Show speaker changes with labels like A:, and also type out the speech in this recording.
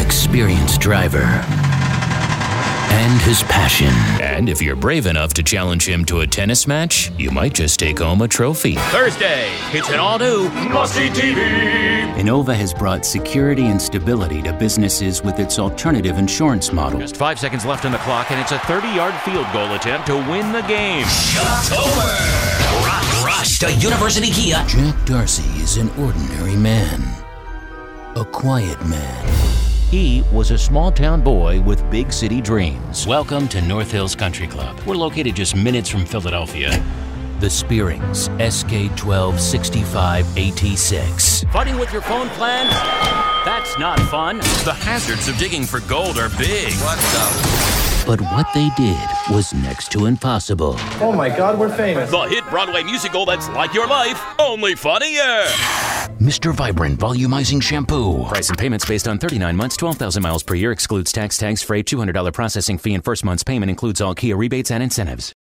A: experienced driver and his passion.
B: And if you're brave enough to challenge him to a tennis match, you might just take home a trophy. Thursday, it's an all new must see TV.
A: Innova has brought security and stability to businesses with its alternative insurance model.
C: Just five seconds left on the clock, and it's a 30 yard field goal attempt to win the game.
D: Shut Rock Rush to University Kia.
A: Jack Darcy is an ordinary man, a quiet man.
B: He was a small town boy with big city dreams. Welcome to North Hills Country Club. We're located just minutes from Philadelphia.
A: The Spearings SK1265AT6.
B: Fighting with your phone plan? That's not fun.
E: The hazards of digging for gold are big. What
A: the? But what they did was next to impossible.
F: Oh my god, we're famous.
E: The hit Broadway musical that's like your life, only funnier.
A: Mr. Vibrant Volumizing Shampoo.
C: Price and payments based on 39 months, 12,000 miles per year, excludes tax, tags, freight, $200 processing fee, and first month's payment includes all Kia rebates and incentives.